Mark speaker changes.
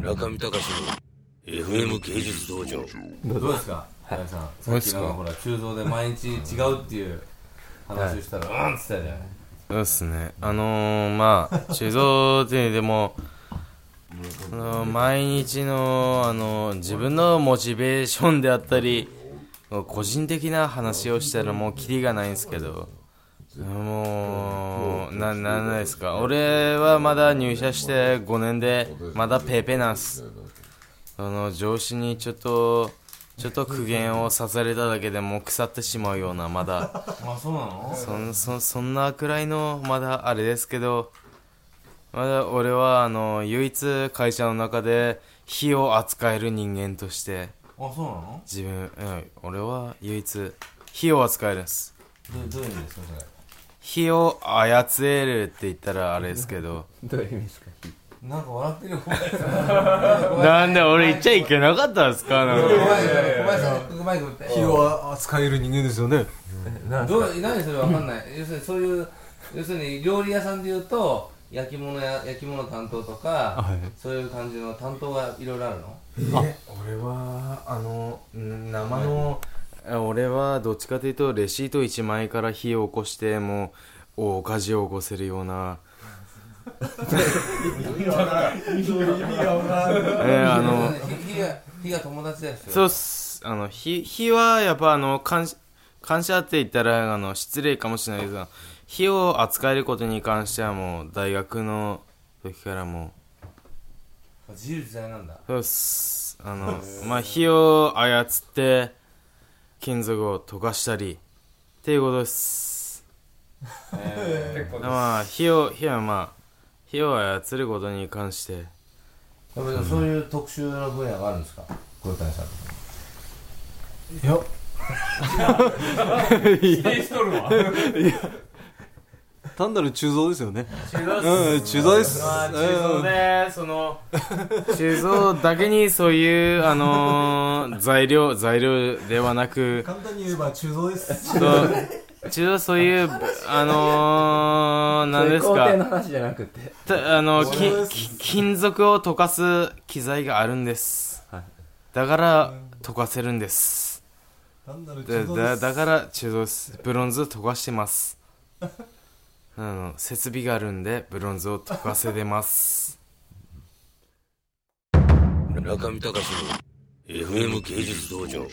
Speaker 1: 中見隆の FM 芸術道場
Speaker 2: どうですか平井さんさっきなんかほら鋳造で毎日違うっていう話をしたらうんっつったじゃない
Speaker 3: そうですね。あのー、まあ、酒造ってでも、あの毎日の、あの自分のモチベーションであったり、個人的な話をしたらもうキリがないんですけど、もう、な、なんないですか。俺はまだ入社して5年で、まだペーペーなんす。あの、上司にちょっと、ちょっと苦言をさされただけでもう腐ってしまうような、まだ。
Speaker 2: あそうなの
Speaker 3: そんそそんなくらいのまだあれですけどまだ俺はあの唯一会社の中で火を扱える人間として
Speaker 2: あそうなの
Speaker 3: 自分、うん、俺は唯一火を扱えるんです
Speaker 2: どどういう意味ですかそれ
Speaker 3: 火を操れるって言ったらあれですけど
Speaker 4: どういう意味ですか
Speaker 2: なんか笑ってるよ小林さん
Speaker 3: なんで俺言っちゃいけなかったんですかなんか
Speaker 2: 小林さん小林さん
Speaker 5: 気を扱える人間ですよね
Speaker 2: どう何それわかんない要するにそういう要するに料理屋さんで言うと焼き物や焼き物担当とか
Speaker 5: はい
Speaker 2: そういう感じの担当がいろいろあるの
Speaker 3: 俺はあのん生の俺はどっちかというとレシート1枚から火を起こしてもう大火事を起こせるようなえーあの
Speaker 2: 火火が火が友達だし
Speaker 3: そうっすあの火火はやっぱあの感謝感謝って言ったらあの失礼かもしれないですが火を扱えることに関してはもう大学の時からもう
Speaker 2: 自由自在なんだ
Speaker 3: そうっす。あの、まあ、火を操って、金属を溶かしたり、っていうことです。まあ、火を、火はまあ、火を操ることに関して、
Speaker 2: やっぱりそういう特殊な分野があるんですか小谷さん
Speaker 5: いや単なる鋳造ですよねうん鋳造ですうん
Speaker 3: で、その、鋳造だけにそういう、あのー材料、材料ではな く、
Speaker 5: 簡単に言えば鋳造です
Speaker 3: そう、鋳造そういう、あのー、何です
Speaker 4: 工
Speaker 3: か
Speaker 4: 程の。話じゃなくて
Speaker 3: たあの
Speaker 5: そうで
Speaker 3: 金
Speaker 5: す
Speaker 3: 金属を溶かす機材があるんです、だから溶かせるんです
Speaker 5: 単なる
Speaker 3: だ
Speaker 5: 鋳造で
Speaker 3: だ
Speaker 5: す
Speaker 3: だから鋳造ですブロンズを溶かしてますあの設備があるんでブロンズを溶かせてます
Speaker 1: 中見隆の FM 芸術道場